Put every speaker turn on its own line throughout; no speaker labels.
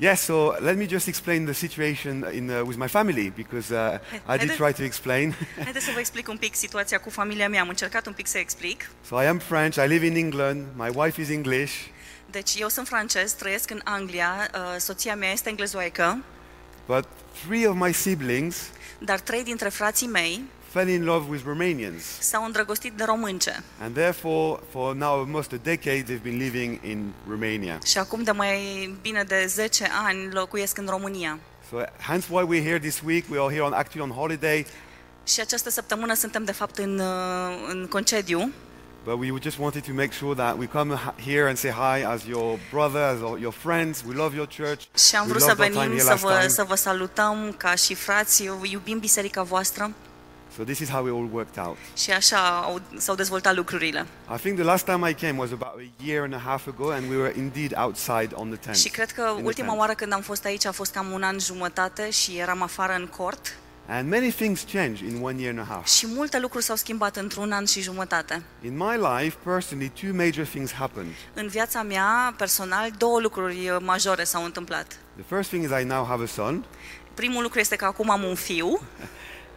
Yeah, so let me just explain the situation in, uh, with my family because uh, I did try to explain.
Haideți să vă explic un pic situația cu familia mea. Am încercat un pic să explic.
So I am French, I live in England, my wife is English,
Deci eu sunt francez, trăiesc în Anglia, uh, soția mea este englezoaică,
but three of my siblings
dar trei dintre frații mei
fell in love with Romanians.
s-au îndrăgostit de românce.
And therefore, for now almost a decade, they've been living in Romania.
Și acum de mai bine de 10 ani locuiesc în România.
So hence why we're here this week. We are here on, actually on holiday,
Și această săptămână suntem de fapt în, uh, în concediu,
but we just wanted to make sure that we come h- here and say hi as your brother, as your- your friends. We love your church.
Și am
we
vrut să
loved our time
venim
here
să
last
vă,
time.
să vă salutăm ca și frați, eu iubim biserica voastră
So this is how it all worked out.
și așa au, s-au dezvoltat lucrurile.
I think the last time I came was about a year and a half ago, and we were indeed outside on the tent.
Și cred că
in the
ultima
tent.
oară când am fost aici a fost cam un an jumătate și eram afară în cort
And many things change in one year and a half.
și multe lucruri s-au schimbat într-un an și jumătate.
In my life, personally, two major things happened.
În viața mea, personal, două lucruri uh, majore s-au întâmplat.
The first thing is I now have a son,
Primul lucru este că acum am un fiu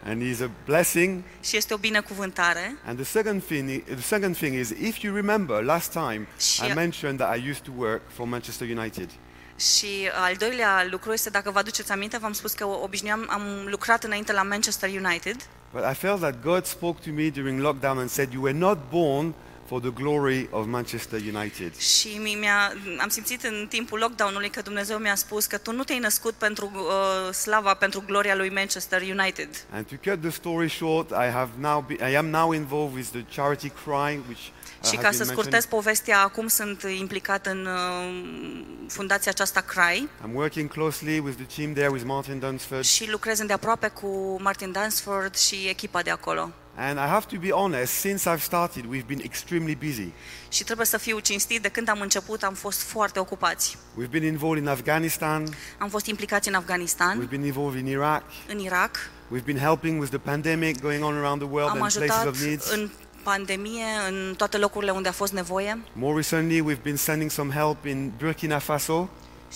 and he's a blessing.
și este o binecuvântare
And the second thing, i- the second thing is, if you remember, last time I
Sure.
mentioned that I used to work for Manchester United.
și uh, al doilea lucru este, dacă vă aduceți aminte, v-am spus că obișnuiam, am lucrat înainte la Manchester United
But I felt that God spoke to me during lockdown and said, "You were not born for the glory of Manchester United."
Și mi- mi-a, am simțit în timpul lockdown-ului că Dumnezeu mi-a spus că tu nu te-ai născut pentru uh, slava, pentru gloria lui Manchester United.
And to cut the story short, I have now be, I am now involved with the charity Cry, which uh, has
și ca
been
să scurtez
mentioned.
povestea, acum sunt implicat în uh, fundația aceasta CRAI
I'm working closely with the team there, with Martin Dunsford.
și lucrez îndeaproape cu Martin Dansford și echipa de acolo.
And I have to be honest, since I've started, we've been extremely busy.
Și trebuie să fiu cinstit, de când am început am fost foarte ocupați.
We've been involved in Afghanistan,
Am fost implicați în Afganistan,
we've been involved in Iraq,
în Irak,
we've been helping with the pandemic going on around the world
am
and places
ajutat
of needs.
în pandemie, în toate locurile unde a fost nevoie.
More recently, we've been sending some help in Burkina Faso,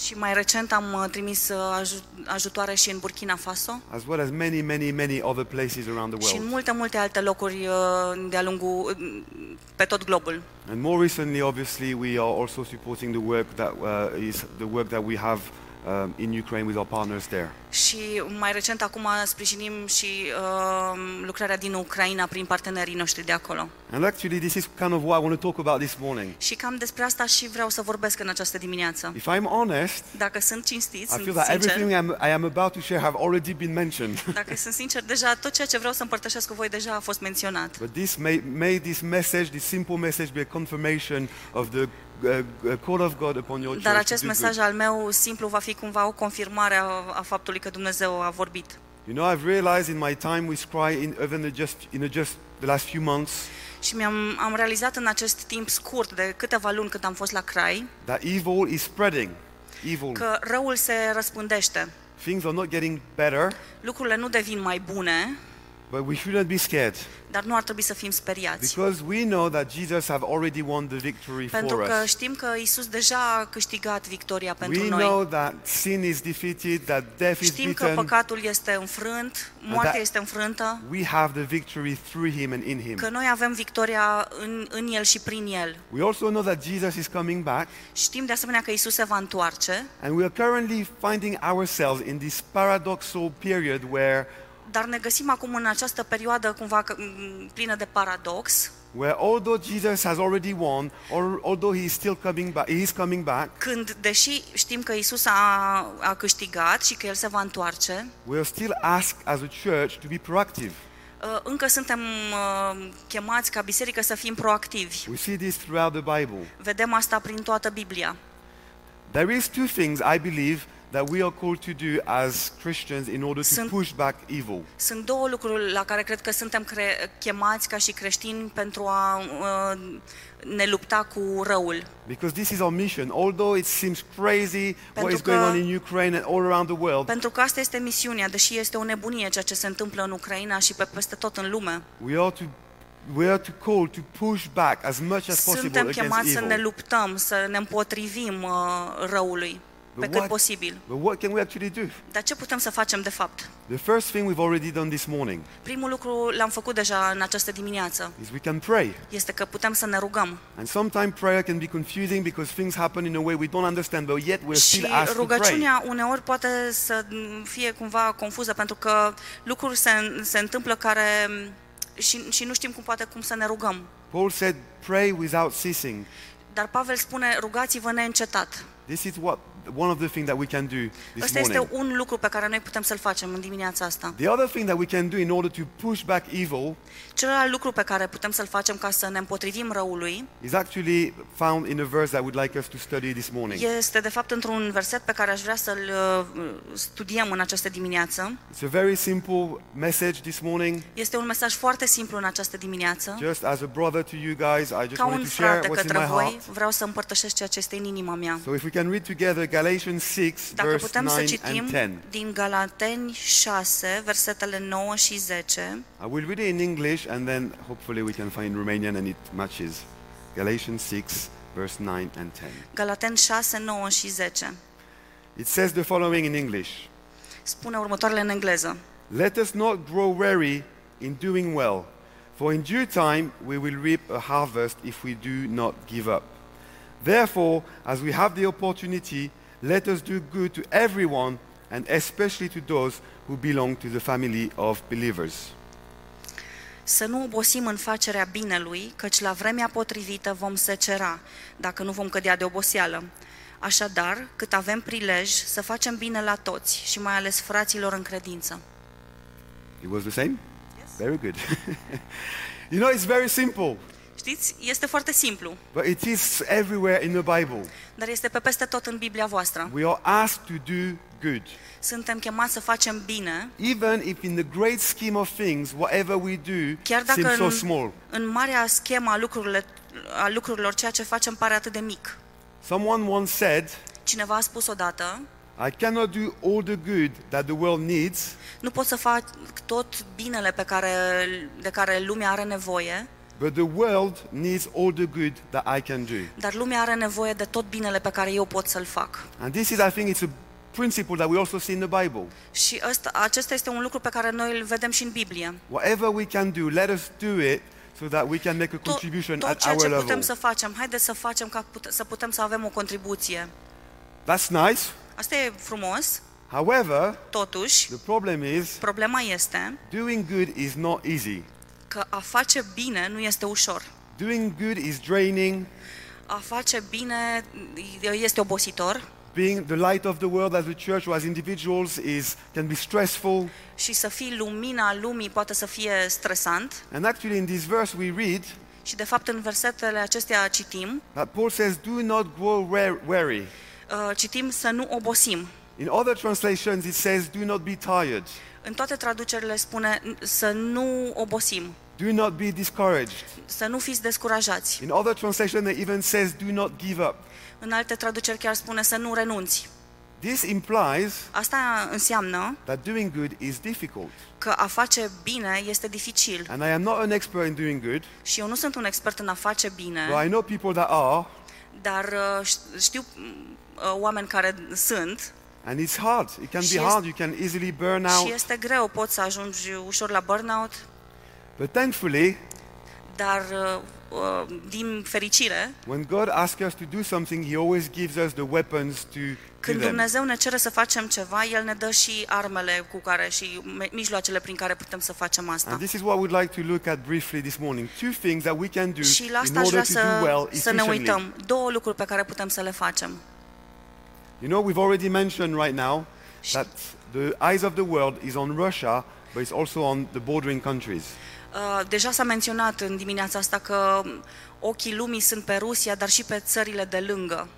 Și mai recent am uh, trimis uh, aju- ajutoare și în Burkina Faso
as well as many, many, many other places around the
și în
world.
multe, multe alte locuri uh, de-a lungul, uh, pe tot globul.
And more recently, obviously, we are also supporting the work that uh, is the work that we have um, in Ukraine with our partners there.
Și mai recent acum sprijinim și uh, lucrarea din Ucraina prin partenerii noștri de acolo.
And actually, this is kind of what I want to talk about this morning.
Și cam despre asta și vreau să vorbesc în această dimineață.
If I'm honest,
Dacă sunt cinstit,
I feel
sunt
that everything
sincer,
I'm, I am about to share have already been mentioned.
dacă sunt sincer, deja tot ceea ce vreau să împărtășesc cu voi deja a fost menționat.
But this may, may this message, this simple message, be a confirmation of the uh, uh, call of God upon your
Dar
church. to
acest
do
mesaj
good.
al meu simplu va fi cumva o confirmare a, a faptului că Dumnezeu a vorbit.
You know, I've realized in my time with Cry, in, even the just in the just the last few months,
Și mi-am am realizat în acest timp scurt de câteva luni cât am fost la Crai
that evil is spreading. Evil.
că răul se răspândește.
Things are not getting better.
Lucrurile nu devin mai bune,
But we shouldn't be scared
dar nu ar trebui să fim speriați.
because we know that Jesus have already won the victory
Pentru
for
că
us.
știm că Isus deja a câștigat victoria pentru
We
noi.
know that sin is defeated, that death is
Știm că
beaten.
păcatul este înfrânt, moartea
that-
este înfrântă,
We have the victory through him and in him.
că noi avem victoria în, în El și prin El.
We also know that Jesus is coming back
Știm de asemenea că Isus se va întoarce,
and we are currently finding ourselves in this paradoxal period where
dar ne găsim acum în această perioadă cumva că- m, plină de paradox,
where although Jesus has already won, or although he is still coming back, he is coming back,
când, deși știm că Isus a, a câștigat și că El se va întoarce,
we are still asked as a church to be proactive.
uh, încă suntem uh, chemați ca biserică să fim proactivi.
We see this throughout the Bible.
Vedem asta prin toată Biblia.
There is two things I believe that we are called to do as Christians in order to
Sunt-
push back evil.
Sunt două lucruri la care cred că suntem cre- chemați ca și creștini pentru a uh, ne lupta cu răul.
Because this is our mission. Although it seems crazy what
Pentru
is going
că-
on in Ukraine and all around the world,
Pentru că asta este misiunea, deși este o nebunie ceea ce se întâmplă în Ucraina și pe peste tot în lume.
we are to we are to call to push back as much as possible
Suntem
against
chemați să ne
evil.
luptăm, să ne împotrivim uh, răului. pe cât posibil.
but what can we actually do?
Dar ce putem să facem de fapt?
The first thing we've already done this morning
Primul lucru l-am făcut deja în această dimineață.
is we can pray.
Este că putem să ne rugăm.
And sometimes prayer can be confusing because things happen in a way we don't understand, but yet we're
Și
still asked to pray.
rugăciunea uneori poate să fie cumva confuză pentru că lucruri se, se întâmplă care și, și nu știm cum poate cum să ne rugăm.
Paul said, pray without ceasing.
Dar Pavel spune rugați-vă neîncetat.
This is what one of the things that we can do this
Ăsta
morning.
este un lucru pe care noi putem să-l facem în dimineața asta.
The other thing that we can do in order to push back evil
Celălalt lucru pe care putem să-l facem ca să ne împotrivim răului
is actually found in a verse that I would like us to study this morning.
este de fapt într-un verset pe care aș vrea să-l uh, studiem în această dimineață.
It's a very simple message this morning.
Este un mesaj foarte simplu în această dimineață.
Just as a brother to you guys, I just
Ca
wanted
un
to share
frate
what's in
către
my
voi,
heart.
vreau să împărtășesc ceea ce este în inima mea.
So if we can read together Galatians 6,
Dacă
verse
putem să
9 and
citim
10.
din Galateni 6, versetele 9 și 10,
I will read it in English and then hopefully we can find Romanian and it matches. Galatians 6, verse 9 and 10.
Galateni 6, 9 și 10,
It says the following in English
spune următoarele în engleză.
Let us not grow weary in doing well, for in due time we will reap a harvest if we do not give up. Therefore, as we have the opportunity, let us do good to everyone and especially to those who belong to the family of believers.
Să nu obosim în facerea binelui, căci la vremea potrivită vom secera, dacă nu vom cădea de oboseală. Așadar, cât avem prilej, să facem bine la toți și mai ales fraților în credință.
It was the same? Very good. you know, it's very simple.
Știți, este foarte simplu,
But it is everywhere in the Bible.
dar este pe peste tot în Biblia voastră.
We are asked to do good.
Suntem chemați să facem bine,
Even if in the great scheme of things, whatever we do
chiar dacă
seems so
în,
small.
în marea schemă a, lucrurile, a lucrurilor ceea ce facem pare atât de mic.
Someone once said,
Cineva a spus odată,
I cannot do all the good that the world needs,
nu pot să fac tot binele pe care, de care lumea are nevoie,
but the world needs all the good that I can do.
Dar lumea are nevoie de tot binele pe care eu pot să-l fac.
And this is, I think, it's a principle that we also see in the Bible.
Și ăsta, acesta este un lucru pe care noi îl vedem și în Biblie.
Whatever we can do, let us do it so that we can make a
Tot,
contribution
tot
at
ceea
our
ce putem
level.
să facem, haideți să facem ca pute- să putem să avem o contribuție.
That's nice.
Asta e frumos,
However,
totuși,
the problem is
problema este
doing good is not easy.
că a face bine nu este ușor.
Doing good is draining.
A face bine este obositor
Being the light of the world as a church or as individuals is can be stressful.
și să fii lumina lumii poate să fie stresant.
And actually, in this verse, we read
Și de fapt în versetele acestea citim,
that Paul says, "Do not grow wa- weary."
uh, citim să nu obosim.
In other translations, it says, "Do not be tired.
În toate traducerile spune n- să nu obosim,
Do not be discouraged."
să nu fiți descurajați.
In other translations, it even says, "Do not give up."
În alte traduceri chiar spune să nu renunți.
This implies
Asta înseamnă
that doing good is difficult.
că a face bine este dificil
And I am not an expert in doing good,
și eu nu sunt un expert în a face
but
bine,
I know people that are,
dar uh, ș- știu mm, uh, oameni care sunt
and it's hard. It can be
Și este-
hard. You can easily burn
și
out.
este greu, poți să ajungi ușor la burnout,
But thankfully,
dar uh, uh, din fericire,
When God asks us to do something, He always gives us the weapons to do
când
them.
Dumnezeu ne cere să facem ceva, El ne dă și armele cu care și me- mijloacele prin care putem să facem asta.
And this is what we'd like to look at briefly this morning. Two things that we can do
Și la
in
asta aș
order
vrea
to do well
să, să ne
efficiently.
uităm. Două lucruri pe care putem să le facem.
You know, we've already mentioned right now
Și-
that the eyes of the world is on Russia, but it's also on the bordering countries.
Uh, Deja s-a menționat în dimineața asta că ochii lumii sunt pe Rusia, dar și pe țările de lângă.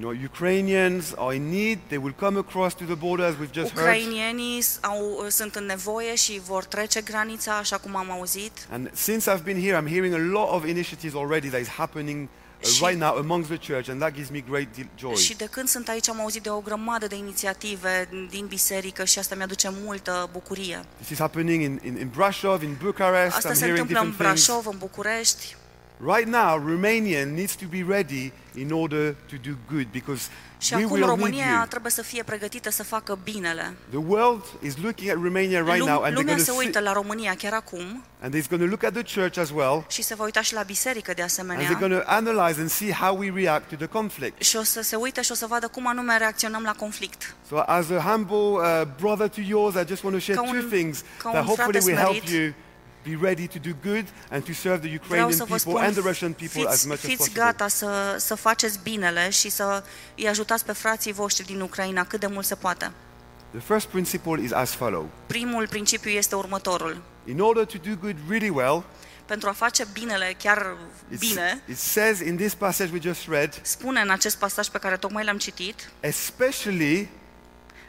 You know, Ukrainians are in need. They will come across to the border, as we've just heard.
Ucrainienii s- au, sunt în nevoie și vor trece granița, așa cum am auzit.
And since I've been here, I'm hearing a lot of initiatives already that is happening uh,
Și-
right now amongst the church, and that gives me great de- joy.
Și de când sunt aici am auzit de o grămadă de inițiative din biserică și asta mi-aduce multă bucurie.
This is happening in, in, in Brasov, in Bucharest.
Asta
I'm
se
hearing
întâmplă în
different things.
Brașov, în București
Right now, Romania needs to be ready in order to do good because
Și
we
acum
will need
România
you.
trebuie să fie pregătită să facă binele.
The world is looking at Romania right
Lum-
now and they're
lumea
going to
se
see,
uită la România chiar acum
and they're going to look at the church as well
și se va uita și la biserică de
and they're
asemenea.
going to analyze and see how we react to the conflict.
Și o să se uite și o să vadă cum anume reacționăm la conflict.
So as a humble uh, brother to yours, I just want to share
Ca un-
two things
ca un
that hopefully
frate
will help
smerit.
you be ready to do good and to serve the
Vreau
Ukrainian
să vă
people
spun,
and the Russian people as
fiți,
much as
fiți
possible.
gata să, să faceți binele și să îi ajutați pe frații voștri din Ucraina cât de mult se poate.
The first principle is as follows.
Primul principiu este următorul.
In order to do good really well,
Pentru a face binele chiar
it's-
bine,
it says in this passage we just read,
spune în acest pasaj pe care tocmai l-am citit,
especially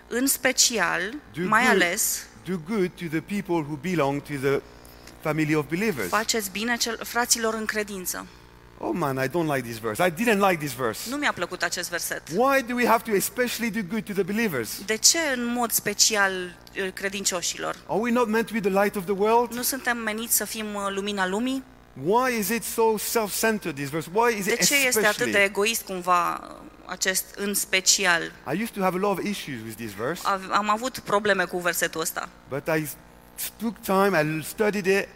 în special,
do
mai
good,
ales,
do good to the people who belong to the family of believers.
faceți bine cel, fraților în credință.
Oh man, I don't like this verse. I didn't like this verse.
Nu mi-a plăcut acest verset.
Why do we have to especially do good to the believers?
De ce în mod special eh, credincioșilor?
Are we not meant to be the light of the world?
Nu suntem meniți să fim eh, lumina lumii?
Why is it so self-centered, this verse? Why is
De
it
ce este atât de
especially?
egoist cumva acest în special?
I used to have a lot of issues with this verse,
Av- Am avut probleme cu versetul ăsta,
but I took time, I studied it,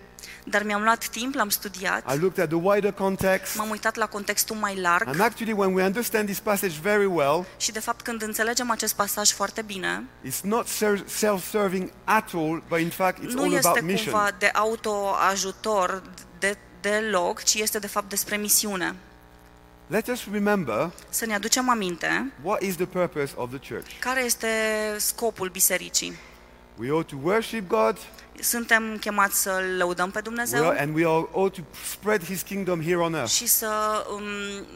dar mi-am luat timp, l-am studiat,
I looked at the wider context.
m-am uitat la contextul mai larg
And actually, when we understand this passage very well,
și de fapt când înțelegem acest pasaj foarte bine,
it's not ser- self-serving at all, but in fact, it's
nu
all
este
about mission.
cumva de autoajutor de, deloc, ci este de fapt despre misiune.
Let us remember
Să ne aducem aminte
what is the purpose of the church.
care este scopul bisericii.
We ought to worship God,
Suntem chemați să-L lăudăm pe
we ought-
Dumnezeu
and we ought ought to spread His kingdom here on earth.
și să um,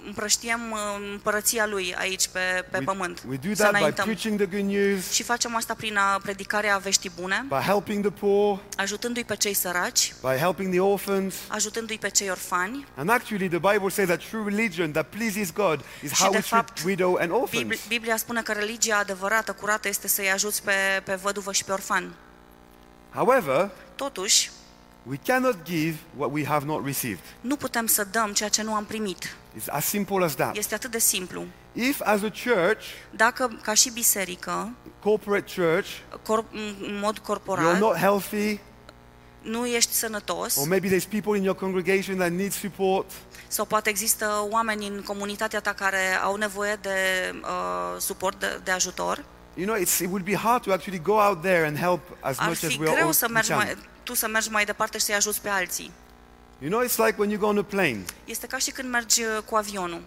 împrăștiem um, împărăția Lui aici pe, pe
We,
pământ.
we do
să
that by
înaintăm.
preaching the good news,
Și facem asta prin a predicarea veștii bune,
by helping the poor,
ajutându-i pe cei săraci,
by helping the orphans.
ajutându-i pe cei orfani.
And actually, the Bible says that true religion that pleases God is
Și
how
de
we treat
fapt,
widow and orphans.
Bibl- Biblia spune că religia adevărată, curată, este să-i ajuți pe, pe văduvă și pe orfan.
However,
Totuși,
we cannot give what we have not received.
nu putem să dăm ceea ce nu am primit.
It's as simple as that.
Este atât de simplu.
If, as a church,
Dacă, ca și biserică,
corporate church,
cor- în mod
you're
corporal,
not healthy,
nu ești sănătos,
or maybe there's people in your congregation that need support,
sau poate există oameni în comunitatea ta care au nevoie de uh, suport, de, de ajutor,
you know, it's, it would be hard to actually go out there and help as
ar
much as
fi
we all
greu să
we
mergi
can.
mai, tu să mergi mai departe și să-i ajuți pe alții.
You know, it's like when you go on a plane.
Este ca și când mergi uh, cu avionul.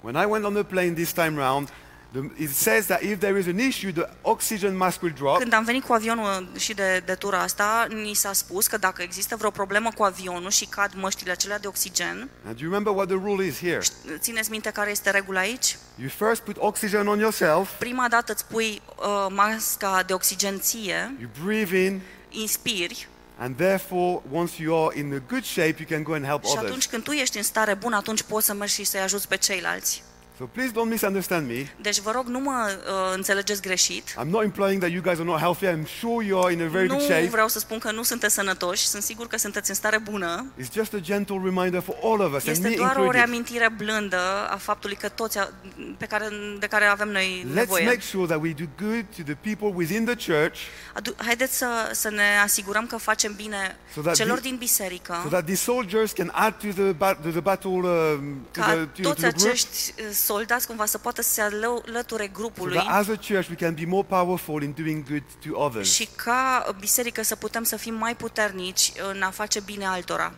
When I went on the plane this time round, the, it says that if there is an issue, the oxygen mask will drop.
Când am venit cu avionul uh, și de, de tura asta, ni s-a spus că dacă există vreo problemă cu avionul și cad măștile acelea de oxigen,
And do you remember what the rule is here?
țineți minte care este regula aici?
You first put oxygen on yourself,
Prima dată îți pui uh, masca de oxigen ție,
you breathe in,
inspiri
and therefore, once you are in a good shape, you can go and help
și
others.
atunci când tu ești în stare bună, atunci poți să mergi și să-i ajuți pe ceilalți.
So please don't misunderstand me.
Deci vă rog, nu mă uh, înțelegeți greșit.
I'm not implying that you guys are not healthy. I'm sure you are in a very good
Nu
shape.
vreau să spun că nu sunteți sănătoși, sunt sigur că sunteți în stare bună.
It's just a gentle reminder for all of us, and
Este
me
doar o
included.
reamintire blândă a faptului că toți a- pe care, de care avem noi
Let's
nevoie.
make sure that we do good to the people within the church
Adu- Haideți să, să ne asigurăm că facem bine
So that
celor
the-
din biserică,
so that these soldiers can add to the, bat- to the battle, um, to,
ca
the, to, to
toți
the group,
acești uh, soldați cumva să poată să se alău- alăture
so
grupului
that as a church we can be more powerful in doing good to others.
și ca biserică să putem să fim mai puternici în a face bine altora.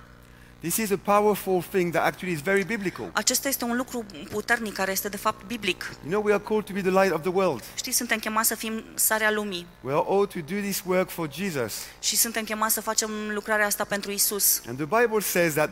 This is a powerful thing that actually is very biblical.
Acesta este un lucru puternic care este de fapt biblic.
You know, we are called to be the light of the world.
Știți, suntem chemați să fim sarea lumii
We are all to do this work for Jesus.
și suntem chemați să facem lucrarea asta pentru Isus.
And the Bible says that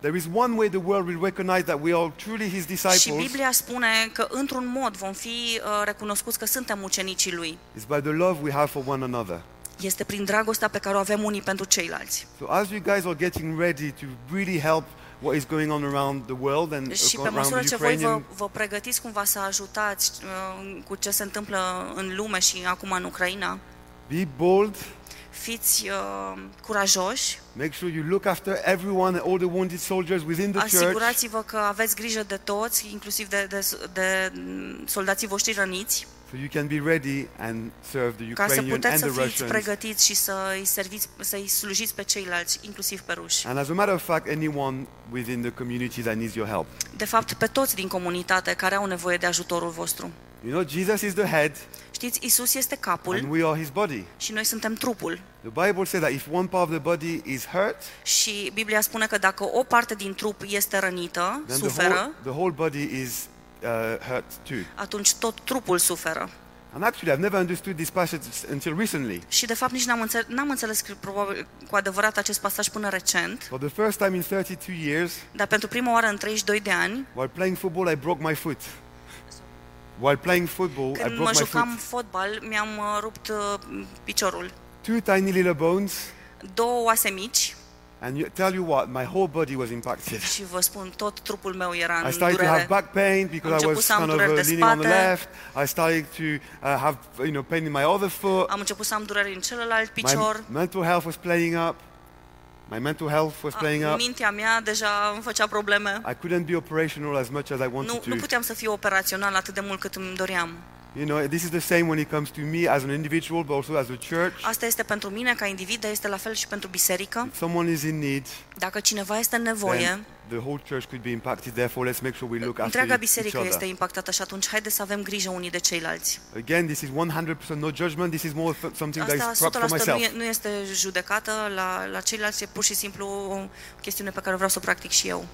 there is one way the world will recognize that we are truly his
Și
disciples
Biblia spune că într-un mod vom fi uh, recunoscuți că suntem ucenicii lui.
is by the love we have for one another.
Este prin dragostea pe care o avem unii pentru ceilalți.
So as you guys are getting ready to really help what is going on around the world and
Și pe
around
măsură
the
ce voi vă,
Ukrainian,
vă pregătiți cumva să ajutați uh, cu ce se întâmplă în lume și acum în Ucraina,
be bold,
fiți uh, curajoși,
Make sure you look after everyone, all the wounded soldiers within
Ah,
the church.
asigurați-vă că aveți grijă de toți, inclusiv de, de, de mm, soldații voștri răniți,
So you can be ready and serve the
ca să
Ukrainian
puteți
and
să
the
fiți
Russians.
pregătiți și să-i, serviți, să-i slujiți pe ceilalți, inclusiv pe ruși.
And as a matter of fact, anyone within the community that needs your help.
De fapt, pe toți din comunitate care au nevoie de ajutorul vostru.
You know, Jesus is the head
Știți, Isus este capul
and we are his body.
și noi suntem trupul.
The Bible says that if one part of the body is hurt,
Și Biblia spune că dacă o parte din trup este rănită,
then the whole,
suferă,
the whole body is uh, hurt too.
atunci tot trupul suferă.
And actually, I've never understood this passage until recently.
Și de fapt nici n-am, înțe- n-am înțeles cred, probabil, cu adevărat acest pasaj până recent,
For the first time in 32 years,
dar pentru prima oară în 32 de ani,
while playing football, I broke my foot. While playing football, I
când mă
broke my
jucam
foot.
fotbal, mi-am uh, rupt uh, piciorul.
Two tiny little bones,
Două oase mici
and you, tell you what, my whole body was impacted.
și vă spun, tot trupul meu era
I
în
started to
durere.
have back pain
Am
because I
început
was
să am
kind of uh,
dureri de
leaning on the
spate.
left. I started to uh, have you know pain in my other foot.
Am început să am durere în celălalt
My
picior.
mental health was playing up. My mental health was playing
A,
up.
mintea mea deja îmi făcea probleme.
I couldn't be operational as much as I
Nu,
wanted
nu
to.
puteam să fiu operațional atât de mult cât îmi doream.
You know, this is the same when it comes to me as an individual, but also as a church.
Asta este pentru mine ca individ, dar este la fel și pentru biserică.
If someone is in need,
Dacă cineva este în
then
nevoie,
the whole church could be impacted. Therefore, let's make sure we look after
întreaga
each
biserică este
other.
impactată și atunci haideți să avem grijă unii de ceilalți.
Again, this is 100% no judgment. This is more th- something that is
Asta
prop for
100% nu,
myself.
e, nu este judecată, la, la ceilalți e pur și simplu o chestiune pe care vreau să o practic și eu.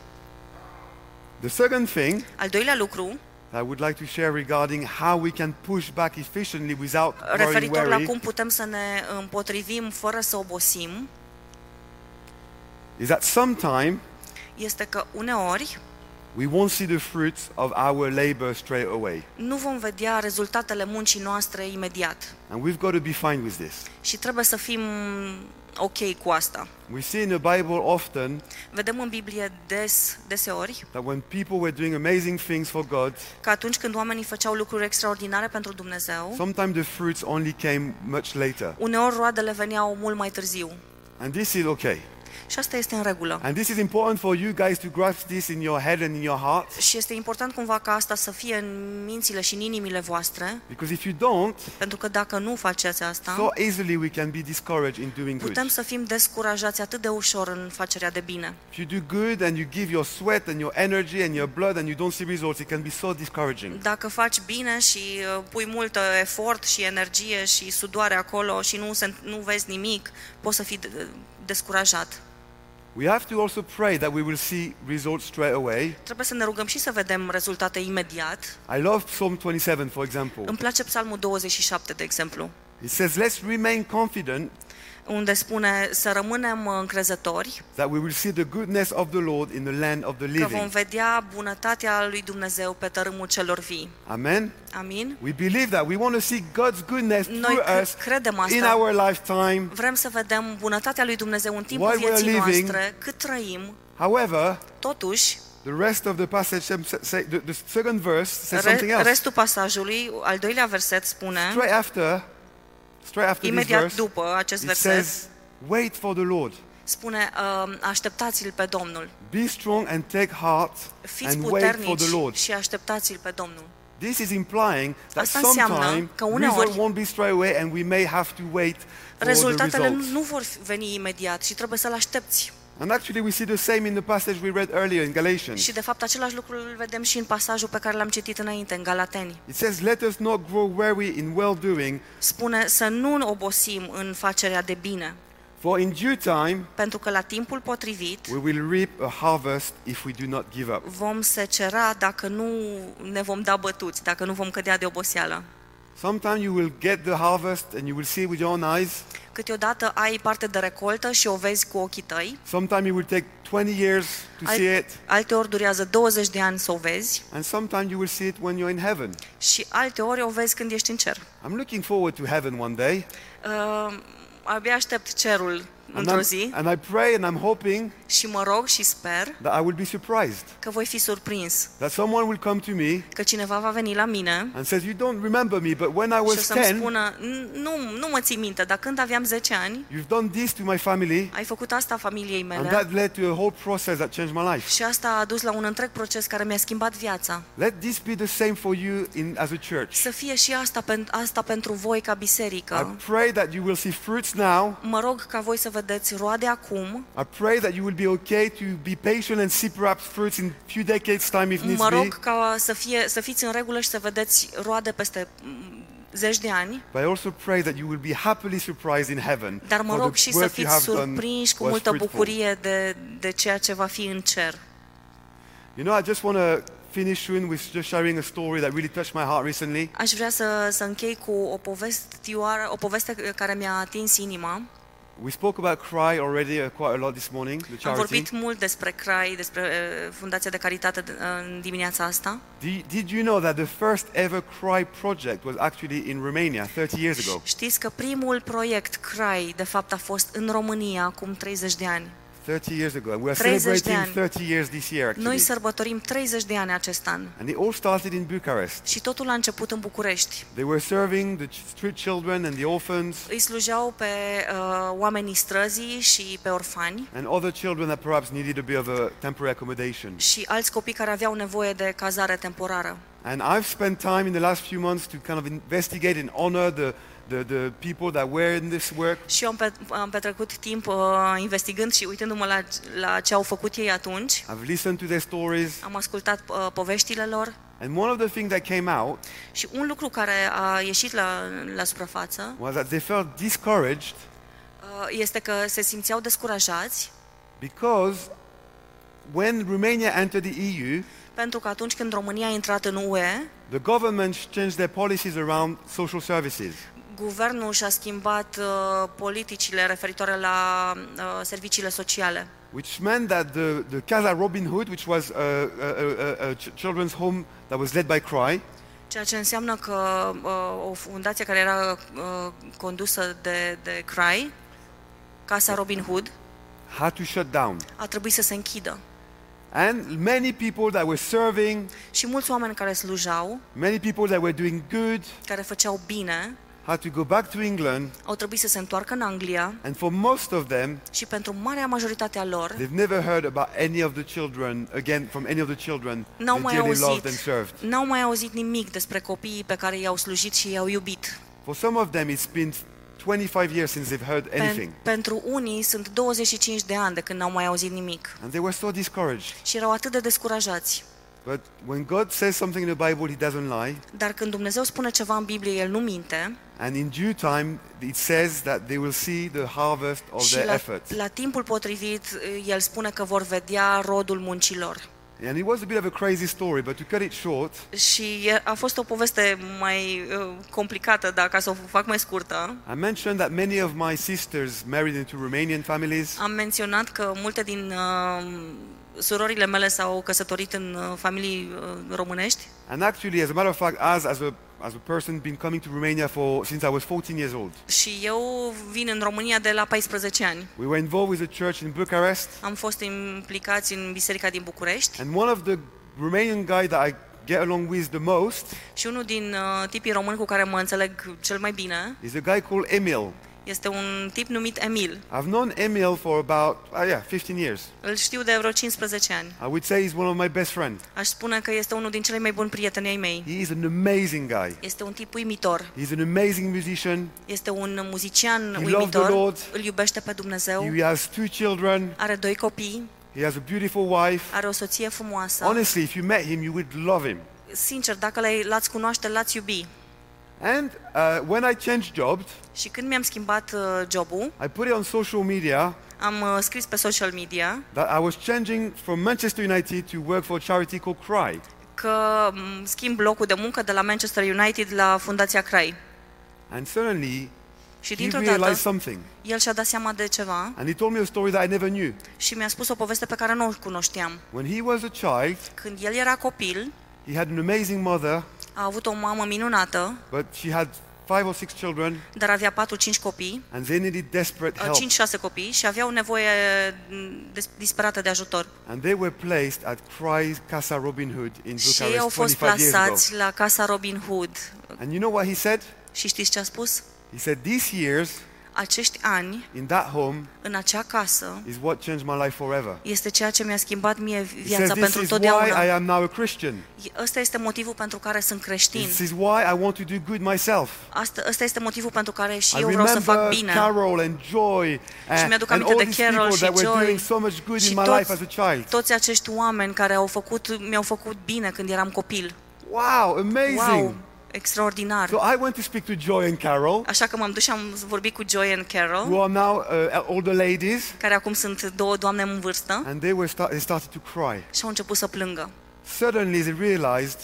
The second thing
Al doilea lucru,
I would like to share regarding how we can push back efficiently without growing
referitor la
weary
cum putem să ne împotrivim fără să obosim,
is that sometime
este că uneori
we won't see the fruits of our labor straight away.
nu vom vedea rezultatele muncii noastre imediat
And we've got to be fine with this.
și trebuie să fim ok cu asta.
We see in the Bible often
Vedem în Biblie des, deseori
that when people were doing amazing things for God,
că atunci când oamenii făceau lucruri extraordinare pentru Dumnezeu,
sometimes the fruits only came much later.
uneori roadele veneau mult mai târziu.
And this is okay.
Și asta este în regulă.
And this is important for you guys to grasp this in your head and in your heart.
Și este important cumva ca asta să fie în mințile și în inimile voastre,
Because if you don't,
pentru că dacă nu faceți asta,
so easily we can be discouraged in doing good.
putem să fim descurajați atât de ușor în facerea de bine.
If you do good and you give your sweat and your energy and your blood and you don't see results, it can be so discouraging.
Dacă faci bine și uh, pui mult efort și energie și sudoare acolo și nu, se, nu vezi nimic, poți să fii de- uh, descurajat.
We have to also pray that we will see results straight away.
Trebuie să ne rugăm și să vedem rezultate imediat.
I love Psalm 27, for example.
Îmi place Psalmul 27, de exemplu,
It says, Let's remain confident
unde spune să rămânem uh, încrezători,
that we will see the goodness of the Lord in the land of the
că vom
living.
vedea bunătatea lui Dumnezeu pe tărâmul celor vii.
Amen.
Amin?
We believe that. We want to see God's goodness
Noi
through
cre-
us
credem
in
asta.
our lifetime.
Vrem să vedem bunătatea lui Dumnezeu în timpul
While we are
vieții
living-
noastre, cât trăim.
However,
Totuși,
the rest of the passage, sem- se- se- the, the second verse says something
re-
else.
restul pasajului, al doilea verset spune,
Straight after, straight after this
imediat
verse,
după acest
It
verset,
says, wait for the Lord.
spune, "Um, așteptați-l pe Domnul,
Be strong and take heart
fiți
and wait for the
puternici
Lord.
și așteptați-l pe Domnul.
This is implying that
Asta înseamnă
sometime
că uneori-
result won't be straight away and we may have to wait for the
Rezultatele
results.
nu vor veni imediat și trebuie să-l aștepți.
And actually we see the same in the passage we read earlier in Galatians.
Și de fapt același lucru îl vedem și în pasajul pe care l-am citit înainte, în Galateni.
It says, let us not grow weary in well-doing,
Spune să nu obosim în facerea de bine,
for in due time
pentru că la timpul potrivit
we will reap a harvest if we do not give up.
vom secera dacă nu ne vom da bătuți, dacă nu vom cădea de oboseală.
Sometime you will get the harvest and you will see with your own eyes.
Câteodată ai parte de recoltă și o vezi cu ochii tăi,
Sometime it will take 20 years to see
al-
it.
alte ori durează 20 de ani să o vezi
And sometimes you will see it when you're in heaven.
și alte ori o vezi când ești în cer.
I'm looking forward to heaven one day.
Uh, abia aștept cerul
And,
într-o
I'm-
zi
and I pray and I'm hoping
și mă rog și sper
that I will be surprised.
că voi fi surprins,
That someone will come to me
că cineva va veni la mine
and says, You don't remember me, but when I
și o
was
să-mi
10,
spună, "N- nu, nu mă ții minte, dar când aveam 10 ani,
you've done this to my family.
ai făcut asta familiei
And
mele
that led to a whole process that changed my life.
și asta a dus la un întreg proces care mi-a schimbat viața.
Let this be the same for you in, as a church.
Să fie și asta, pen, asta pentru voi ca
I
biserică.
pray that you will see fruits now.
Mă rog ca voi să vedeți roade acum.
I pray that you will be okay to be patient and see perhaps fruits in few decades' time if needs
Mă
be.
rog ca să, fie, să fiți în regulă și să vedeți roade peste mm, zeci de ani.
But I also pray that you will be happily surprised in heaven
Dar mă
for
rog
the
și să
work you
fiți
have done
surprinși cu
was
multă
fruitful.
bucurie de, de ceea ce va fi în cer.
You know, I just want to finish soon with just sharing a story that really touched my heart recently.
Aș vrea să, să închei cu o povestioară, o poveste care mi-a atins inima.
We spoke about Cry already uh, quite a lot this morning, the
Am
charity.
vorbit mult despre CRAI, despre eh, Fundația de Caritate de- în dimineața asta.
Did, did you know that the first ever Cry project was actually in Romania 30 years ago?
Știți că primul proiect CRAI, de fapt, a fost în România acum 30 de ani.
30 years ago. And we're
30 de
celebrating
ani.
30 years this year, actually.
Noi sărbătorim 30 de ani acest an
And it all started in Bucharest.
și totul a început în București.
They were serving the ch- street children and the orphans
Îi slujeau pe uh, oamenii străzii și pe orfani
and other children that perhaps needed a bit of a temporary accommodation.
și alți copii care aveau nevoie de cazare temporară.
And I've spent time in the last few months to kind of investigate and honor the, the, the people that were in this work.
Și eu am, pe- am petrecut timp uh, investigând și uitându-mă la, la ce au făcut ei atunci.
I've listened to their stories.
Am ascultat uh, poveștile lor
And one of the things that came out
și un lucru care a ieșit la, la suprafață
was that they felt discouraged
uh, este că se simțeau descurajați
because when Romania entered the E EU,
pentru că atunci când România a intrat în UE,
the government changed their policies around social services.
guvernul și-a schimbat uh, politicile referitoare la uh, serviciile sociale.
Which meant that the, the Casa Robin Hood, which was a, a, a, a ch- children's home that was led by CRY,
Ceea ce înseamnă că uh, o fundație care era uh, condusă de, de CRAI, Casa Robin Hood,
had to shut down.
a trebuit să se închidă.
And many people that were serving,
Și mulți oameni care slujau,
many people that were doing good,
care făceau bine,
had to go back to England.
au trebuit să se întoarcă în Anglia
And for most of them,
și pentru marea majoritate a lor
they've never heard about any of the children, again, from any of the children
n-au
they
mai
dearly loved
auzit,
and served.
n-au mai auzit nimic despre copiii pe care i-au slujit și i-au iubit.
For some of them, it's been 25 years since they've heard anything.
Pen- pentru unii sunt 25 de ani de când n-au mai auzit nimic
And they were so discouraged.
și erau atât de descurajați.
But when God says something in the Bible, He doesn't lie.
Dar când Dumnezeu spune ceva în Biblie, El nu minte
And in due time, it says that they will see the harvest of
și
their
la,
efforts.
la timpul potrivit El spune că vor vedea rodul muncilor.
And it was a bit of a crazy story, but to cut it short,
Și e- a fost o poveste mai uh, complicată, dar ca să o fac mai scurtă,
I mentioned that many of my sisters married into Romanian families.
am menționat că multe din uh, surorile mele s-au căsătorit în uh, familii uh, românești
And actually, as a matter of fact, as, as, a, as a person, been coming to Romania for, since I was 14 years old.
și eu vin în România de la 14 ani.
We were involved with a church in Bucharest.
Am fost implicați în biserica din București
And one of the Romanian guy that I get along with the most
și unul din uh, tipii români cu care mă înțeleg cel mai bine
is a guy called Emil.
este un tip numit Emil.
I've known Emil for about, uh, yeah, 15 years.
Îl știu de vreo 15 ani.
I would say he's one of my best friends.
Aș spune că este unul din cei mai buni prieteni ai mei.
He is an amazing guy.
Este un tip uimitor.
He's an amazing musician.
Este un muzician
He
uimitor.
loved the
Îl iubește pe Dumnezeu.
He has two children.
Are doi copii.
He has a beautiful wife.
Are o soție frumoasă.
Honestly, if you met him, you would love him.
Sincer, dacă l-ai- l-ați cunoaște, l-ați iubi.
And uh, when I changed jobs,
Și când mi-am schimbat uh, jobul,
I put it on social media
am uh, scris pe social media
that I was changing from Manchester United to work for a charity called Cry.
că m, schimb locul de muncă de la Manchester United la Fundația Crai.
And suddenly,
Și
he
dintr-o dată,
realized something.
el și-a dat seama de ceva
And he told me a story that I never knew.
și mi-a spus o poveste pe care nu o cunoșteam.
When he was a child,
Când el era copil,
he had an amazing mother,
a avut o mamă minunată,
but she had five or six children,
dar avea 4-5 copii,
and they needed desperate
Oh,
help.
5-6 copii și aveau nevoie m, des- disperată de ajutor.
And they were placed at Christ Casa Robin Hood in
Și ei au
Bucharest
fost
25 years ago.
plasați la casa Robin Hood.
And you know what he said?
Și știți ce a spus?
He said, These years
Acești ani
in that home
în acea casă
is what changed my life forever.
este ceea ce mi-a schimbat mie
He says,
viața
This
pentru
is why I
totdeauna.
am now a Christian.
Ăsta este motivul pentru care sunt creștin.
This is why I want to do good myself.
Asta, ăsta este motivul pentru care și
I
eu vreau să
remember
fac bine.
Carol and Joy
Și
and,
mi-aduc
and
aminte
all
de
these
Carol
people
și
that were
Joy.
doing so much good in
și
my life as a
toți,
child.
toți acești oameni care au făcut, mi-au făcut bine când eram copil.
Wow, amazing.
Wow, extraordinar.
So I went to speak to Joy and Carol,
Așa că m-am dus și am vorbit cu Joy and Carol,
who are now uh, older ladies,
care acum sunt două doamne în vârstă,
and they were start- they started to cry.
și au început să plângă.
Suddenly they realized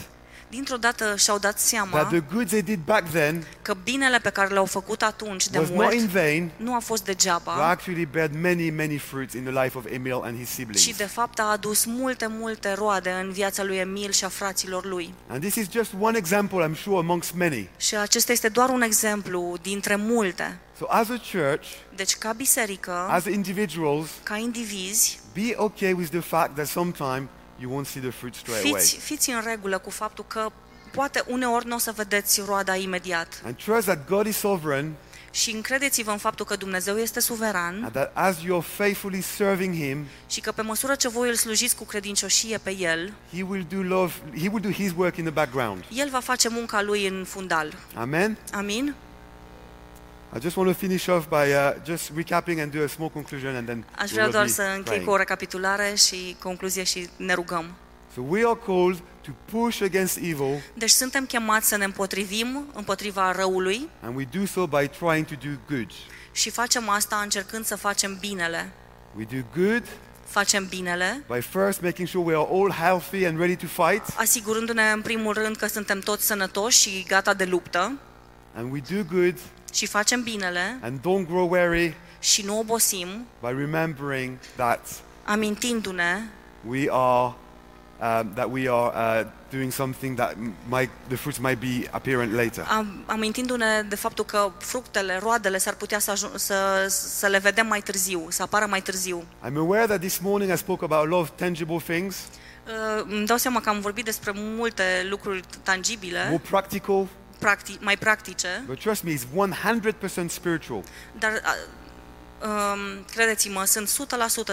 Dintr-o dată și-au dat
that
seama
the good they did back then
că binele pe care le-au făcut atunci de
was not in
mult
vain,
nu a fost
but
degeaba,
actually bear many, many fruits in the life of Emil and his
ci
siblings.
de fapt a adus multe, multe roade în viața lui Emil și a fraților lui.
And this is just one example, I'm sure, amongst many.
Și acesta este doar un exemplu dintre multe.
So, as a church,
Deci, ca biserică,
as individuals,
ca indivizi,
be okay with the fact that sometimes you won't see the fruit straight away.
fiți, fiți în regulă cu faptul că poate uneori nu o să vedeți roada imediat.
And trust that God is sovereign
Și încredeți-vă în faptul că Dumnezeu este suveran
and that as you're faithfully serving Him,
și că pe măsură ce voi îl slujiți cu credincioșie pe El,
He will do love, He will do His work in the background.
El va face munca Lui în fundal.
Amen.
Amin?
I just want to finish off by uh, just recapping and do a small conclusion and then
Aș
we
vrea
will
doar
be
să închei
praying.
cu o recapitulare și concluzie și ne rugăm.
So we are called to push against evil
Deci suntem chemați să ne împotrivim împotriva răului
and we do so by trying to do good.
și facem asta încercând să facem binele.
We do good
Facem binele,
by first making sure we are all healthy and ready to fight
asigurându-ne în primul rând că suntem toți sănătoși și gata de luptă
and we do good
și facem binele
and don't grow weary
și nu obosim,
by remembering that
amintindu-ne
we are um, that we are uh, doing something that m- might the fruits might be apparent later.
am, amintindu-ne de faptul că fructele, roadele s-ar putea să, ajun- să, să le vedem mai târziu, să apară mai târziu.
I'm aware that this morning I spoke about a lot of tangible things,
Uh, Îmi dau seama că am vorbit despre multe lucruri
more
tangibile,
practical,
practi- mai practice,
but trust me, it's 100% spiritual.
dar uh, um, credeți-mă, sunt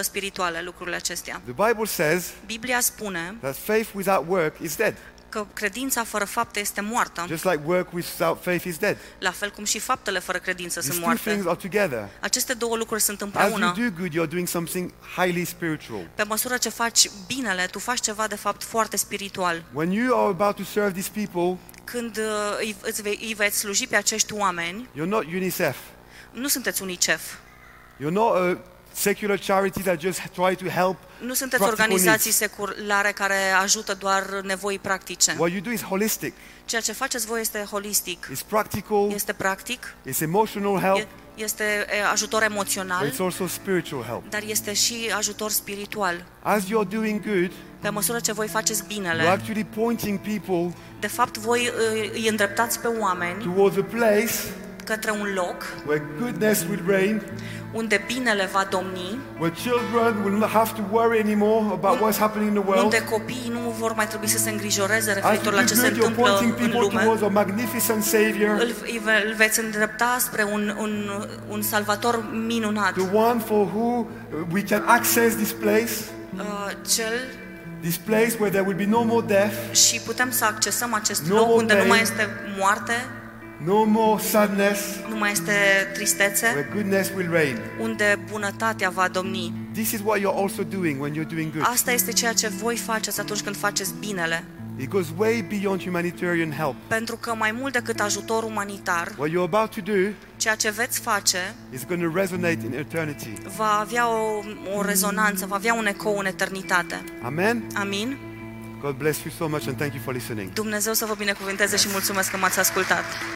100% spirituale lucrurile acestea.
The Bible says
Biblia spune
that faith without work is dead,
că credința fără fapte este moartă,
just like work without faith is dead.
la fel cum și faptele fără credință
These
sunt
two things
moarte.
are together.
Aceste două lucruri sunt
As you
împreună.
do good, you're doing something highly spiritual.
Pe măsură ce faci binele, tu faci ceva de fapt foarte spiritual.
When you are about to serve these people,
Când uh, îi, îți vei, îi veți sluji pe acești oameni,
you're not UNICEF.
nu sunteți UNICEF,
You're not a secular charity that just try to help.
nu sunteți
practical
organizații
needs.
seculare care ajută doar nevoi practice.
What you do is holistic.
Ceea ce faceți voi este holistic,
It's practical,
este practic,
it's emotional help,
e- este e, ajutor
but
emoțional,
it's also spiritual help.
dar este și ajutor spiritual.
As you're doing good,
Pe măsură ce voi faceți
you're
binele,
actually pointing people
de fapt voi uh, îi îndreptați pe oameni
towards a place
către un loc
where goodness will reign,
unde binele va domni,
where children will not have to worry anymore about what's happening in the world.
unde copiii nu vor mai trebui să se îngrijoreze
As you
referitor la ce
do
se
good, you're
întâmplă
pointing
în
people
lume.
towards a magnificent Savior,
Îl, îi ve- îl veți îndrepta spre un, un, un salvator minunat,
the one for who uh, we can access this place,
uh, cel
this place where there will be no more death,
și putem să accesăm acest
Nu
loc unde nu
mâncări.
mai este moarte,
no more sadness,
nu mai este
where
tristețe,
goodness will reign.
unde bunătatea va domni.
This is what you're also doing when you're doing good.
Asta este ceea ce voi faceți atunci când faceți binele.
It goes way beyond humanitarian help.
Pentru că mai mult decât ajutor umanitar,
What you're about to do
ceea ce veți face
is going to resonate in eternity.
va avea o, o rezonanță, va avea un ecou în eternitate.
Amen.
Amin?
God bless you so much and thank you for listening.
Dumnezeu să vă binecuvânteze și mulțumesc că m-ați ascultat.